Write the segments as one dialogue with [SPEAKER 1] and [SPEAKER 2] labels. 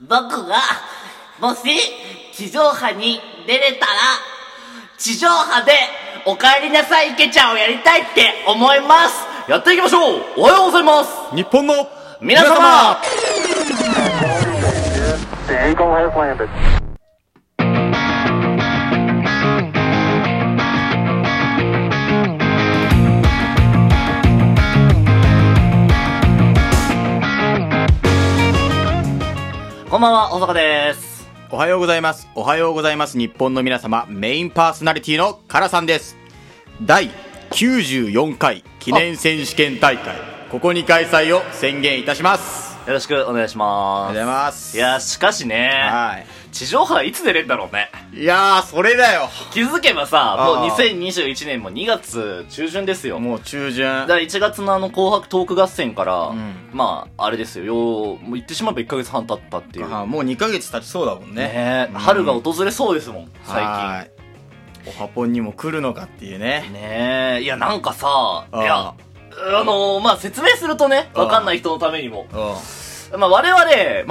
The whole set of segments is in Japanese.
[SPEAKER 1] 僕が、もし、地上波に出れたら、地上波で、お帰りなさい池ちゃんをやりたいって思いますやっていきましょうおはようございます
[SPEAKER 2] 日本の
[SPEAKER 1] 皆様
[SPEAKER 3] The Eagle has landed.
[SPEAKER 1] こんばんは、大阪です。
[SPEAKER 2] おはようございます。おはようございます。日本の皆様、メインパーソナリティのカラさんです。第94回記念選手権大会、ここに開催を宣言いたします。
[SPEAKER 1] よろしくお願いし
[SPEAKER 2] お
[SPEAKER 1] ま
[SPEAKER 2] はようご
[SPEAKER 1] す。
[SPEAKER 2] ざいます。
[SPEAKER 1] いや、しかしね、
[SPEAKER 2] は
[SPEAKER 1] 地上波いつ出れんだろうね。
[SPEAKER 2] い。いやー、それだよ。
[SPEAKER 1] 気づけばさ、もう
[SPEAKER 2] あー
[SPEAKER 1] 2021年も2月中旬ですよ。
[SPEAKER 2] もう
[SPEAKER 1] だ
[SPEAKER 2] 中
[SPEAKER 1] か
[SPEAKER 2] 旬。
[SPEAKER 1] ら1月のあの紅白トーク合戦から、
[SPEAKER 2] ん
[SPEAKER 1] まあ、あれですよ、よう、もう言ってしまえば1ヶ月半経ったっていう。ね
[SPEAKER 2] あもう2ヶ月経ちそうだもんね。
[SPEAKER 1] え春が訪れそうですもん、最近。
[SPEAKER 2] 近。おはぽんにも来るのかっていうね。
[SPEAKER 1] ねえ、いや、なんかさ、い
[SPEAKER 2] あー
[SPEAKER 1] や、あのーまあ、説明するとね、わかんない人のためにも。
[SPEAKER 2] うん。
[SPEAKER 1] まあ、我々、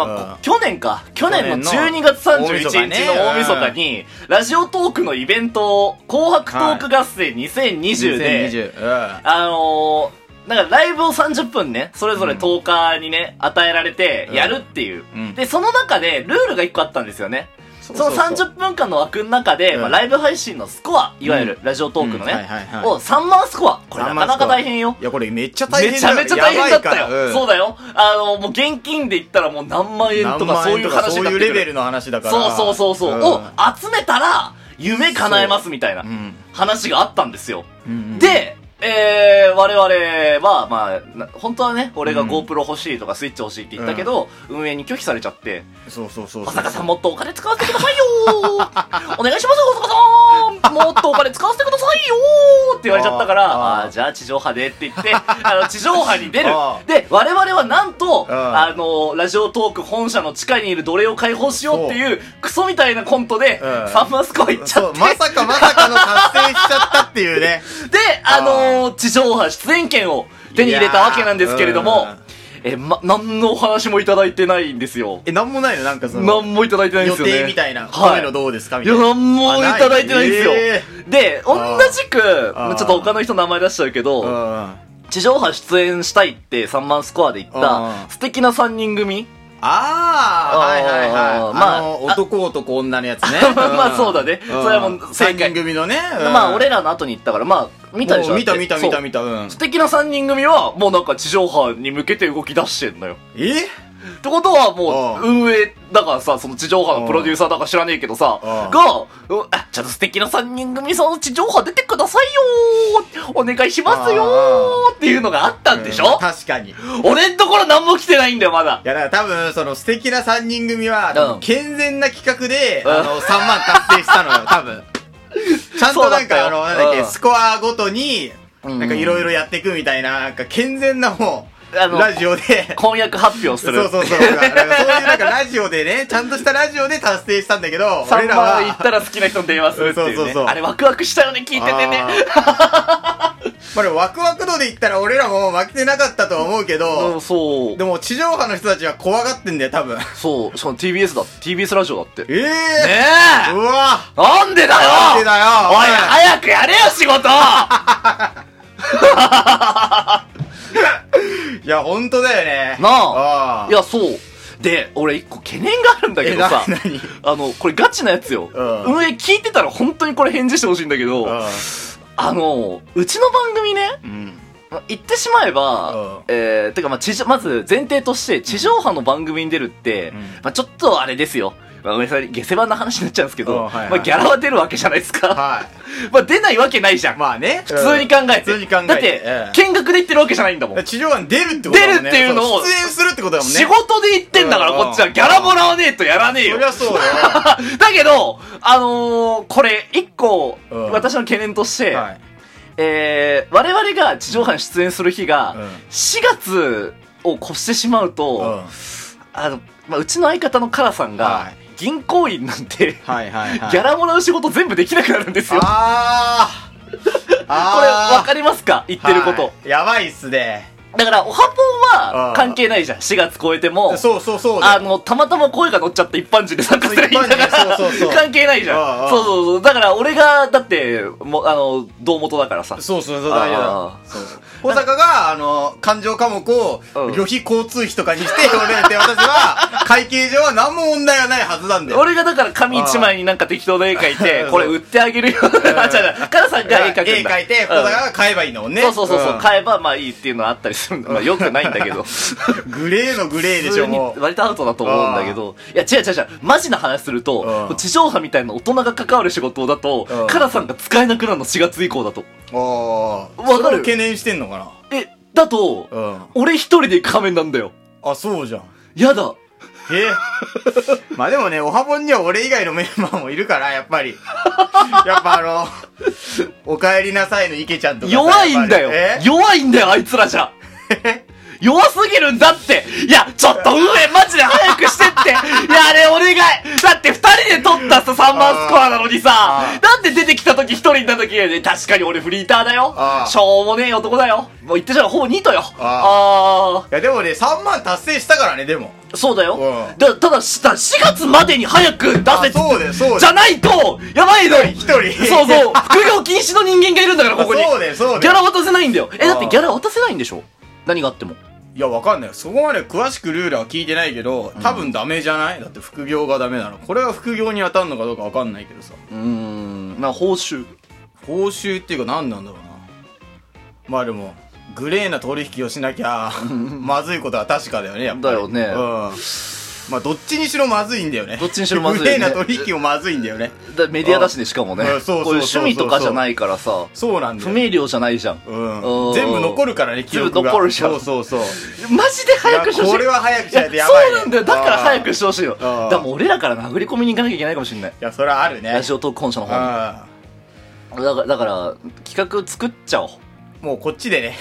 [SPEAKER 1] まあ
[SPEAKER 2] う、ん
[SPEAKER 1] 去年か、去年の
[SPEAKER 2] 去
[SPEAKER 1] 12
[SPEAKER 2] 年の
[SPEAKER 1] 月
[SPEAKER 2] 大
[SPEAKER 1] 31
[SPEAKER 2] 晦日
[SPEAKER 1] 日
[SPEAKER 2] ね
[SPEAKER 1] の大晦日に、ラジオトークのイベントを、紅白トーク合戦2020で、
[SPEAKER 2] 2020。うん。
[SPEAKER 1] あのー、なんかライブを30分ね、それぞれ10日にね、与えられて、やるっていう、
[SPEAKER 2] うん
[SPEAKER 1] で、その中で、ルールが1個あったんですよね。そ
[SPEAKER 2] そうそう
[SPEAKER 1] の30分間の枠の中で、
[SPEAKER 2] うん
[SPEAKER 1] まあ、ライブ配信のスコア、いわゆるラジオトークのね、
[SPEAKER 2] うんはいはいはい
[SPEAKER 1] を3万スコア。これ
[SPEAKER 2] 3
[SPEAKER 1] なか
[SPEAKER 2] 万
[SPEAKER 1] なか大変よ
[SPEAKER 2] い。や、これめっちゃ大
[SPEAKER 1] め
[SPEAKER 2] 変
[SPEAKER 1] ちゃめちゃ大変だった
[SPEAKER 2] やばいから
[SPEAKER 1] よ。
[SPEAKER 2] うん
[SPEAKER 1] そうだよ。あの、もう現金で言ったらもう何万円と
[SPEAKER 2] 何
[SPEAKER 1] か
[SPEAKER 2] 万
[SPEAKER 1] そうい
[SPEAKER 2] 円
[SPEAKER 1] う
[SPEAKER 2] とか
[SPEAKER 1] 話
[SPEAKER 2] そ
[SPEAKER 1] に
[SPEAKER 2] う
[SPEAKER 1] なっ
[SPEAKER 2] い
[SPEAKER 1] て
[SPEAKER 2] う
[SPEAKER 1] くる
[SPEAKER 2] レベルの話だから。
[SPEAKER 1] そうそうそうそう。
[SPEAKER 2] ん
[SPEAKER 1] を集めたら、夢叶えますみたいな
[SPEAKER 2] うん
[SPEAKER 1] 話があったんですよ。
[SPEAKER 2] うん
[SPEAKER 1] で、えー、我々は、まあな、本当はね、俺が GoPro 欲しいとかスイッチ欲しいって言ったけど、運営に拒否されちゃって、
[SPEAKER 2] そうそうそう
[SPEAKER 1] 小
[SPEAKER 2] そう
[SPEAKER 1] 坂さんもっとお金使わせてくださいよ ーお願いしますよ、小坂さんもっとお金使わせてくださいよーって言われちゃったから、あ
[SPEAKER 2] あー
[SPEAKER 1] あーじゃあ地上波でって言 って、あの、地上波に出る
[SPEAKER 2] あ。ー
[SPEAKER 1] で、我々はなんと、
[SPEAKER 2] うん
[SPEAKER 1] あの、ラジオトーク本社の地下にいる奴隷を解放しようっていう、クソみたいなコントで、
[SPEAKER 2] うん
[SPEAKER 1] サンマスコ行っちゃ
[SPEAKER 2] そ
[SPEAKER 1] っ
[SPEAKER 2] う
[SPEAKER 1] て、
[SPEAKER 2] まさかまさかの達成しちゃったっていう ね
[SPEAKER 1] で、あのー地上波出演権を手に入れたわけなんですけれども
[SPEAKER 2] いや、
[SPEAKER 1] え、ま、何のお話もいただいてないんですよ。
[SPEAKER 2] えなんもないのなんかその
[SPEAKER 1] 何もいただいてないん
[SPEAKER 2] 予
[SPEAKER 1] ですよね。
[SPEAKER 2] 定みたいな、こう
[SPEAKER 1] はい
[SPEAKER 2] いうのどうですかみ
[SPEAKER 1] い
[SPEAKER 2] たい
[SPEAKER 1] や、
[SPEAKER 2] な
[SPEAKER 1] 何もいただいてないんですよ。
[SPEAKER 2] あない
[SPEAKER 1] で、同
[SPEAKER 2] ー
[SPEAKER 1] じく、
[SPEAKER 2] あー
[SPEAKER 1] ちょっと他の人の名前出しちゃうけ
[SPEAKER 2] うん
[SPEAKER 1] ど、
[SPEAKER 2] あ
[SPEAKER 1] 地上波出演したいって3万スコアで言った
[SPEAKER 2] う、ん
[SPEAKER 1] 素敵な3人組
[SPEAKER 2] あはいはい
[SPEAKER 1] あ
[SPEAKER 2] は
[SPEAKER 1] ー
[SPEAKER 2] い、
[SPEAKER 1] まあ
[SPEAKER 2] あの男男女のやつね
[SPEAKER 1] まあそうだねそれはもう正解
[SPEAKER 2] 3人組のね、うん
[SPEAKER 1] まあ、俺らの後に行ったから、まあ、見たでし
[SPEAKER 2] も
[SPEAKER 1] ょ
[SPEAKER 2] う見た見た見た
[SPEAKER 1] そう
[SPEAKER 2] 見たうん
[SPEAKER 1] 素敵な3人組は、もうなんか地上波に向けて動き出してんのよ。
[SPEAKER 2] え
[SPEAKER 1] ってことはもう
[SPEAKER 2] う
[SPEAKER 1] 運営だからさその地上波のプロデューサーだか知らねえけどさ
[SPEAKER 2] うん
[SPEAKER 1] が「うんあちょっと素敵な3人組その地上波出てくださいよーお願いしますよー」っていうのがあったんでし
[SPEAKER 2] うん
[SPEAKER 1] ょ、
[SPEAKER 2] 確かにい
[SPEAKER 1] 俺んところ何も来てないんだよまだ
[SPEAKER 2] やだから多分その素敵な3人組は、多
[SPEAKER 1] うん
[SPEAKER 2] 分健全な企画で、
[SPEAKER 1] うん
[SPEAKER 2] あの3万達成したのよ 多分ちゃんとなんかあの
[SPEAKER 1] そうだっ
[SPEAKER 2] なん
[SPEAKER 1] たよ
[SPEAKER 2] だっけ、
[SPEAKER 1] うん
[SPEAKER 2] スコアごとに
[SPEAKER 1] うん
[SPEAKER 2] なんかいろいろやっていくみたいななんか健全なもう
[SPEAKER 1] あの
[SPEAKER 2] ラジオで
[SPEAKER 1] 婚約発表す
[SPEAKER 2] そう
[SPEAKER 1] る
[SPEAKER 2] そうそうそうなんかそういうなんかラジオでねちゃんとしたラジオで達成したんだけど俺
[SPEAKER 1] 3
[SPEAKER 2] ら
[SPEAKER 1] 万行っ
[SPEAKER 2] は
[SPEAKER 1] たら好きな人に電話するっていう,、ね、
[SPEAKER 2] そうそうそう
[SPEAKER 1] あれワクワクしたよね聞いててね
[SPEAKER 2] あーまあでもワクワク度で言ったら俺らも負けてなかったとは思うけ
[SPEAKER 1] う
[SPEAKER 2] ど
[SPEAKER 1] ん、そう
[SPEAKER 2] でも地上波の人たちは怖がってんだよ多分
[SPEAKER 1] そうしかも TBS だ TBS ラジオだってね
[SPEAKER 2] ええ
[SPEAKER 1] え
[SPEAKER 2] うわ
[SPEAKER 1] なんでだよ
[SPEAKER 2] なんでだよ
[SPEAKER 1] おい
[SPEAKER 2] おい
[SPEAKER 1] 早くやれよ仕事
[SPEAKER 2] いや、ほんとだよね。
[SPEAKER 1] なあ
[SPEAKER 2] あ
[SPEAKER 1] いや、そう。で、俺一個懸念があるんだけどさ
[SPEAKER 2] えな何、
[SPEAKER 1] あの、これガチなやつよ。
[SPEAKER 2] うん
[SPEAKER 1] 運営聞いてたら本当にこれ返事してほしいんだけど、
[SPEAKER 2] あ
[SPEAKER 1] あの、うちの番組ね、
[SPEAKER 2] うん。
[SPEAKER 1] ま言ってしまえば、
[SPEAKER 2] うん
[SPEAKER 1] えー、てかまあ地上、まず前提として地上波の番組に出るって、
[SPEAKER 2] うん
[SPEAKER 1] まあちょっとあれですよ。まあごめんなさい、下世話な話になっちゃうんですけど、
[SPEAKER 2] うんはいはい
[SPEAKER 1] まあギャラは出るわけじゃないですか。
[SPEAKER 2] は
[SPEAKER 1] まあ出ないわけないじゃん。
[SPEAKER 2] い。まあね。
[SPEAKER 1] 普通に考えて。
[SPEAKER 2] 普通に考えて
[SPEAKER 1] だって、
[SPEAKER 2] ええ
[SPEAKER 1] 見学で行ってるわけじゃないんだもん
[SPEAKER 2] うん。。地上波に出るってことだもんね。
[SPEAKER 1] 出るっていうのを
[SPEAKER 2] そ出演するってことだもんね。
[SPEAKER 1] 仕事で行ってんだから、
[SPEAKER 2] うん
[SPEAKER 1] こっちはギャラもらわねえとやらねえよ。
[SPEAKER 2] そりゃそうだよ
[SPEAKER 1] だけど、あのーこれ、一個、
[SPEAKER 2] うん
[SPEAKER 1] 私の懸念として、
[SPEAKER 2] はい。
[SPEAKER 1] えー、我々が地上波に出演する日が、
[SPEAKER 2] うん
[SPEAKER 1] 4月を越してしまうと、
[SPEAKER 2] うん。はい
[SPEAKER 1] あの、まあ、うちの相方のカラさんが、
[SPEAKER 2] はい
[SPEAKER 1] 銀行員なんて、
[SPEAKER 2] はいはい。
[SPEAKER 1] ギャラもらう仕事全部できなくなるんですよ。こ
[SPEAKER 2] あー。
[SPEAKER 1] れ、わ
[SPEAKER 2] あー。
[SPEAKER 1] かりますか言ってること。
[SPEAKER 2] はいやばいっすね。
[SPEAKER 1] だから、おはぽんは関係ないじゃん。4月超えても。
[SPEAKER 2] そうそうそうだ
[SPEAKER 1] あ
[SPEAKER 2] よ
[SPEAKER 1] の、たまたま声が乗っちゃった一般人で参加すればいいんだか
[SPEAKER 2] 一般人
[SPEAKER 1] ら、
[SPEAKER 2] そうそうそう
[SPEAKER 1] 関係ないじ
[SPEAKER 2] あああ
[SPEAKER 1] ゃ
[SPEAKER 2] あ
[SPEAKER 1] ん。そうそうそう。だから俺が、だって、もうあの、堂元だからさ。
[SPEAKER 2] そうそうそう、
[SPEAKER 1] あー
[SPEAKER 2] 大丈夫だ。そう保坂が、あの、勘定科目を
[SPEAKER 1] う、ん
[SPEAKER 2] 旅費交通費とかにして、俺って私は、会計上は何も問題はないはずなんだよ。
[SPEAKER 1] 俺がだから紙一枚になんか適当な絵描いて
[SPEAKER 2] あ、あ
[SPEAKER 1] これ売ってあげるよ。 あ、じゃあ、カラさんが絵描くんだ。
[SPEAKER 2] 絵描いて、
[SPEAKER 1] うん
[SPEAKER 2] 保坂が買えばいいんだもんね。
[SPEAKER 1] そうそうそうそう、
[SPEAKER 2] ん
[SPEAKER 1] 買えばまあいいっていうのはあったりするんだ。まあよくないんだけ ど。
[SPEAKER 2] グレーのグレーでしょ、
[SPEAKER 1] 普
[SPEAKER 2] も
[SPEAKER 1] 通に割とアウトだと思うんだけど。いや、違う違う違う。マジな話する
[SPEAKER 2] う
[SPEAKER 1] と
[SPEAKER 2] ん、
[SPEAKER 1] 地上波みたいな大人が関わる仕事だと
[SPEAKER 2] うん、
[SPEAKER 1] カラさんが使えなくなるの4月以降だと。
[SPEAKER 2] う。ああ。
[SPEAKER 1] わかる
[SPEAKER 2] それを懸念してんのか
[SPEAKER 1] え、だと、
[SPEAKER 2] なうん。
[SPEAKER 1] 俺一人で行く仮面なんだよ。
[SPEAKER 2] あ、そうじゃん。
[SPEAKER 1] やだ。
[SPEAKER 2] え まあでもね、おはぼんには俺以外のメンバーもいるから、やっぱ り。やっぱあの、お帰りなさいの池ちゃんとか さ
[SPEAKER 1] 弱いんだよ
[SPEAKER 2] やっぱりえ。
[SPEAKER 1] 弱いんだよ、あいつらじ ゃ。弱すぎるんだっていや、ちょっと運営マジで早くしてっていや、あれお願いだって二人で撮ったさ、3万スコアなのに
[SPEAKER 2] あ
[SPEAKER 1] さ、だって出てきた時一人いた時、ね、確かに俺フリーターだよ
[SPEAKER 2] あー
[SPEAKER 1] しょうもねえ男だよもう言ってしまう、ほぼニートよ
[SPEAKER 2] あ
[SPEAKER 1] あ
[SPEAKER 2] いやでもね、3万達成したからね、でも。
[SPEAKER 1] ー、そうだよ
[SPEAKER 2] うん
[SPEAKER 1] だただ、した4月までに早く出
[SPEAKER 2] あ
[SPEAKER 1] せ
[SPEAKER 2] そうだよ、そうだよ。
[SPEAKER 1] じゃないと、やばいの
[SPEAKER 2] 一人一人
[SPEAKER 1] そう そう、副業禁止の人間がいるんだから、ここに。
[SPEAKER 2] そうだよそうだよ
[SPEAKER 1] ギャラ渡せないんだよ。え、だっ
[SPEAKER 2] あ
[SPEAKER 1] て
[SPEAKER 2] ー
[SPEAKER 1] ギャラ渡せないんでしょ何があっても。
[SPEAKER 2] いや、わかんない。そこまで詳しくルールは聞いてないけど、多分ダメじゃないだって副業がダメなの。これは副業に当たるのかどうかわかんないけどさ。
[SPEAKER 1] うーん、まあ報酬。
[SPEAKER 2] 報酬っていうか何なんだろうな。まあでも、グレーな取引をしな きゃ、まずいことは確かだよね、やっぱり。
[SPEAKER 1] だよね
[SPEAKER 2] うん。まあどっちにしろまずいんだよね。
[SPEAKER 1] どっちにしろまずいね
[SPEAKER 2] グレーな取引もまずいんだよね。
[SPEAKER 1] だメディアだしね、しかもね。
[SPEAKER 2] あ
[SPEAKER 1] こ
[SPEAKER 2] ーそうそうそう
[SPEAKER 1] うい
[SPEAKER 2] そう
[SPEAKER 1] う趣味とかじゃないからさ、
[SPEAKER 2] そうなんだ
[SPEAKER 1] 不
[SPEAKER 2] よ。
[SPEAKER 1] 明瞭じゃないじゃん。
[SPEAKER 2] うん。全部残るからね、記録が。
[SPEAKER 1] 全部残るじゃん
[SPEAKER 2] そうそうそう。
[SPEAKER 1] マジで早くしてほしい。
[SPEAKER 2] いやこれは早くしないとや
[SPEAKER 1] い
[SPEAKER 2] ばいね
[SPEAKER 1] そうなんだよ。だから早くしてほしいよ。
[SPEAKER 2] あー
[SPEAKER 1] でもう俺らから殴り込みに行かなきゃいけないかもしれない。
[SPEAKER 2] いや、それはあるね。
[SPEAKER 1] ラジオトーク本社の方に。
[SPEAKER 2] あ
[SPEAKER 1] だから、だから、企画作っちゃおう。
[SPEAKER 2] もうこっちでね。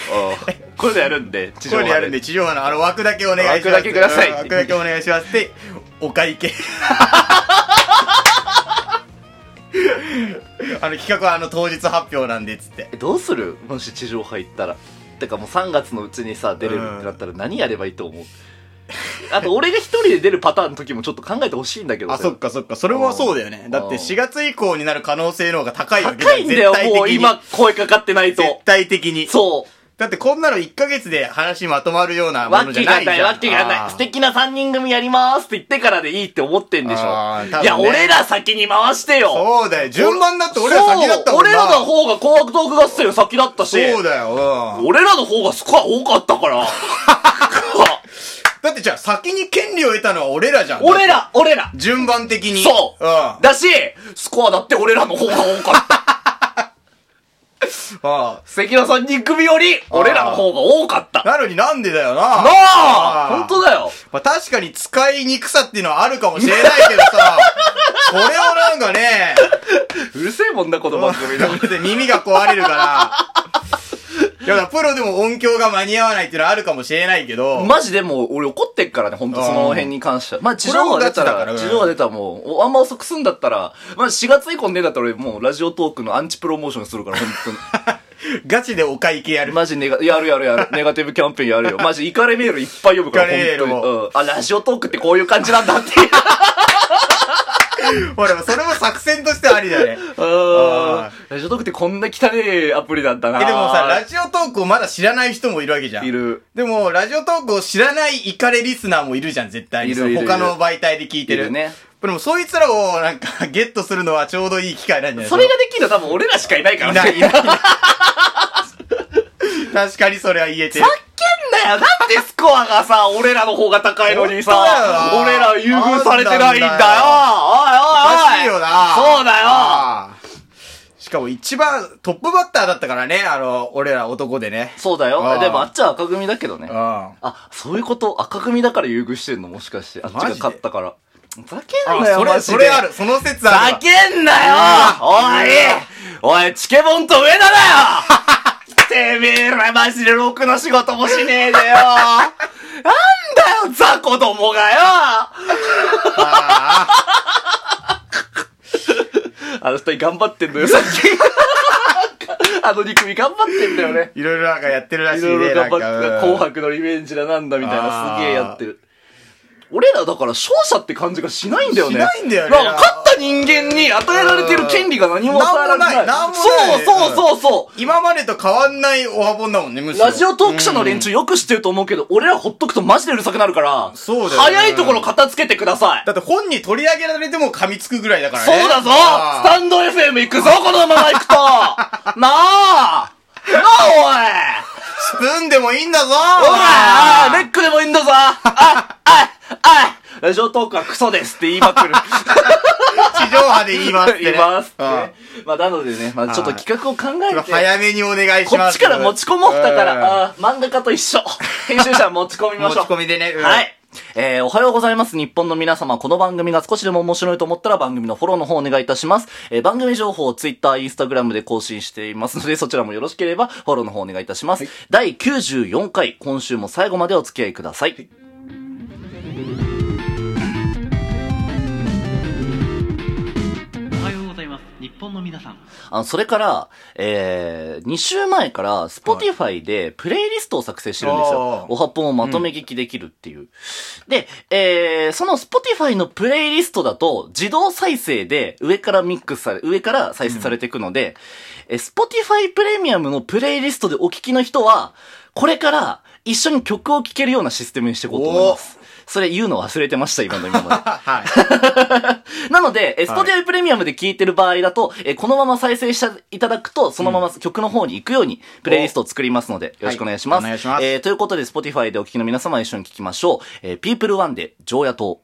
[SPEAKER 1] これでやるんで、地上
[SPEAKER 2] こ
[SPEAKER 1] 波
[SPEAKER 2] れでやるんで、地上波のあの枠だけお願いします。
[SPEAKER 1] 枠だけください
[SPEAKER 2] うん枠だけお願いします。で、お会計。 あの企画はあの当日発表なんで、つって。
[SPEAKER 1] えどうするもし地上波行ったらてかもう3月のうちにさ出れるってなったら何やればいいと思う、あと俺が一人で出るパターンの時もちょっと考えてほしいんだけど
[SPEAKER 2] あ、そっかそっか。それはそうだよね
[SPEAKER 1] う。ん
[SPEAKER 2] だって4月以降になる可能性の方が高いわけじゃ
[SPEAKER 1] 高いんだよもう今。声かかってないと
[SPEAKER 2] 絶対的に。絶対的に。
[SPEAKER 1] そ
[SPEAKER 2] だってこんなの1ヶ月で話まとまるような
[SPEAKER 1] う
[SPEAKER 2] も
[SPEAKER 1] わ
[SPEAKER 2] のじゃ
[SPEAKER 1] け
[SPEAKER 2] な
[SPEAKER 1] が
[SPEAKER 2] いじゃ。
[SPEAKER 1] なんいわけが
[SPEAKER 2] あ
[SPEAKER 1] な
[SPEAKER 2] ー
[SPEAKER 1] い素敵な3人組やりますって言ってからでいいって思ってんでしょ
[SPEAKER 2] あー多分ね
[SPEAKER 1] いや俺ら先に回してよ
[SPEAKER 2] そうだよ。順番だって俺ら先だったもんな。
[SPEAKER 1] そう俺らの方が紅白トーク合戦先だったし
[SPEAKER 2] そうだよ。うん
[SPEAKER 1] 俺らの方がスコア多かったから
[SPEAKER 2] だってじゃあ先に権利を得たのは俺らじゃん。
[SPEAKER 1] 俺ら俺ら
[SPEAKER 2] 順番的に。
[SPEAKER 1] そう、
[SPEAKER 2] うん。あ
[SPEAKER 1] だし、スコアだって俺らの方が多か った。
[SPEAKER 2] あ。
[SPEAKER 1] 関田さんに組より、俺らの方が多かった。な
[SPEAKER 2] なのになんでだよな。な
[SPEAKER 1] あ本当だよ。
[SPEAKER 2] まあ確かに使いにくさっていうのはあるかもしれないけど さ、これをなんかね、
[SPEAKER 1] うるせえもんな、この番組の。
[SPEAKER 2] 耳が壊れるから。いや、だからプロでも音響が間に合わないっていうのはあるかもしれないけど、
[SPEAKER 1] マジでもう、俺怒ってっからね、ほんとその辺に関しては。まあ、地上波出た
[SPEAKER 2] これもガチだから
[SPEAKER 1] ら、
[SPEAKER 2] ね
[SPEAKER 1] 地上波出たらもう、おあんま遅くすんだったら、まあ、4月以降に出たら俺もう、ラジオトークのアンチプロモーションするから、ほんと に。
[SPEAKER 2] ガチでお会計やる。
[SPEAKER 1] マジネガ、やるやるやる。ネガティブキャンペーンやるよ。マジ、イカレメールいっぱい読むから、
[SPEAKER 2] イカレメー
[SPEAKER 1] ほ
[SPEAKER 2] ルも
[SPEAKER 1] んとに。うん。あ、ラジオトークってこういう感じなんだっていう。
[SPEAKER 2] 俺もそれも作戦としてはあり だよね。
[SPEAKER 1] あーラジオトークってこんな汚いアプリだったな。
[SPEAKER 2] え、でもさ、ラジオトークをまだ知らない人もいるわけじゃん。
[SPEAKER 1] いる。
[SPEAKER 2] でも、ラジオトークを知らないイカレリスナーもいるじゃん、絶対に。
[SPEAKER 1] いるいるいる
[SPEAKER 2] 他の媒体で聞いてる。
[SPEAKER 1] いるね。
[SPEAKER 2] でも、そいつらを、なんか、ゲットするのはちょうどいい機会なんじゃない
[SPEAKER 1] それができるのは多分俺らしかいないから
[SPEAKER 2] い
[SPEAKER 1] ね。
[SPEAKER 2] ない、いない。確かにそれは言えてる
[SPEAKER 1] ふざ。けんなよなんでスコアがさ、俺らの方が高いのに
[SPEAKER 2] 本当だ
[SPEAKER 1] さ
[SPEAKER 2] よ、な
[SPEAKER 1] 俺ら優遇されてないんだよ
[SPEAKER 2] なんだよおか
[SPEAKER 1] おいおいおい
[SPEAKER 2] しいよな
[SPEAKER 1] そうだよ
[SPEAKER 2] あーしかも一番トップバッターだったからね、あの、俺ら男でね。
[SPEAKER 1] そうだ
[SPEAKER 2] あー
[SPEAKER 1] よ。でもあっちは赤組だけどね
[SPEAKER 2] うん。。あ、
[SPEAKER 1] あ、そういうこと、赤組だから優遇してんのもしかして。あっちが勝ったから。ふざけんなよ、
[SPEAKER 2] そ
[SPEAKER 1] マ
[SPEAKER 2] れ、
[SPEAKER 1] ジで。
[SPEAKER 2] それある。その説あ
[SPEAKER 1] ざ
[SPEAKER 2] るわ。
[SPEAKER 1] けんなよおいおい、チケボンと上田だよ てめえらマジでろくの仕事もしねえでよなんだよ、ザ子供がよ
[SPEAKER 2] あー
[SPEAKER 1] あの二人頑張ってんのよ、さっき。あの2組頑張ってんだよね。
[SPEAKER 2] いろいろなんかやってるらし
[SPEAKER 1] い
[SPEAKER 2] いね。
[SPEAKER 1] ろいろ頑張
[SPEAKER 2] な
[SPEAKER 1] っ
[SPEAKER 2] んか
[SPEAKER 1] て、
[SPEAKER 2] うん
[SPEAKER 1] 紅白のリベンジだなんだみたいな
[SPEAKER 2] あー
[SPEAKER 1] すげえやってる。俺らだから勝者って感じがしないんだよね。
[SPEAKER 2] しないんだよね
[SPEAKER 1] なんか勝った人間に与えられてる権利が何も与えられてない。
[SPEAKER 2] なんもないなんもない
[SPEAKER 1] そうそうそうそう。
[SPEAKER 2] 今までと変わんないおはぼんだもんね、むしろ。
[SPEAKER 1] ラジオトーク社の連中よく知ってると思うけど、俺らほっとくとマジでうるさくなるから、
[SPEAKER 2] そうだよね
[SPEAKER 1] 早いところ片付けてください。
[SPEAKER 2] だって本に取り上げられても噛みつくぐらいだからね。
[SPEAKER 1] そうだぞ
[SPEAKER 2] あ
[SPEAKER 1] ス
[SPEAKER 2] ー
[SPEAKER 1] タンド FM 行くぞこのまま行 くとなあなあおい
[SPEAKER 2] スプーンでもいいんだぞ
[SPEAKER 1] おいああレックでもいいんだぞあああラジオトークはクソですって言いまくる。
[SPEAKER 2] 地上波で言いますってね。
[SPEAKER 1] 言いますって
[SPEAKER 2] うん
[SPEAKER 1] ね。まあ、なのでね、まあ、ちょっと企画を考えて。
[SPEAKER 2] 早めにお願いし
[SPEAKER 1] こっ
[SPEAKER 2] ます。
[SPEAKER 1] ちから持ち込もう。だか
[SPEAKER 2] うん
[SPEAKER 1] ら、あー漫画家と一緒。編集者は持ち込みま
[SPEAKER 2] 持
[SPEAKER 1] し
[SPEAKER 2] ち
[SPEAKER 1] ょう。
[SPEAKER 2] 込みでね。うん
[SPEAKER 1] はい。えー、おはようございます。日本の皆様、この番組が少しでも面白いと思ったら番組のフォローの方お願いいたします。えー、番組情報を Twitter、Instagram で更新していますので、そ ちらもよろしければフォローの方お願いいたします。第94回、今週も最後までお付き合いください。
[SPEAKER 4] おはようございます。日本の皆さん。
[SPEAKER 1] あの、それから、えー、2週前から Spotify でプレイリストを作成してるんですよ
[SPEAKER 2] あ。ー
[SPEAKER 1] おはぽんをまとめ聞きできるっていう。で、えー、その Spotify のプレイリストだと自動再生で上からミックスされ、上から再生されていくので、えー Spotify プレミアムのプレイリストでお聞きの人は、これから一緒に曲を聴けるようなシステムにしていこうと思います。それ言うの忘れてました、今の今まで。
[SPEAKER 2] はい。
[SPEAKER 1] なので、えー、ス
[SPEAKER 2] は
[SPEAKER 1] ポ
[SPEAKER 2] い
[SPEAKER 1] ティイプレミアムで聞いてる場合だと、えーこのまま再生していただくと、そのまま曲の方に行くように、プレイリストを作りますので、よろしくお願いします。
[SPEAKER 2] お願いします
[SPEAKER 1] えーということで、スポティファイでお聞きの皆様一緒に聞きましょう。えー、People One で、常夜灯。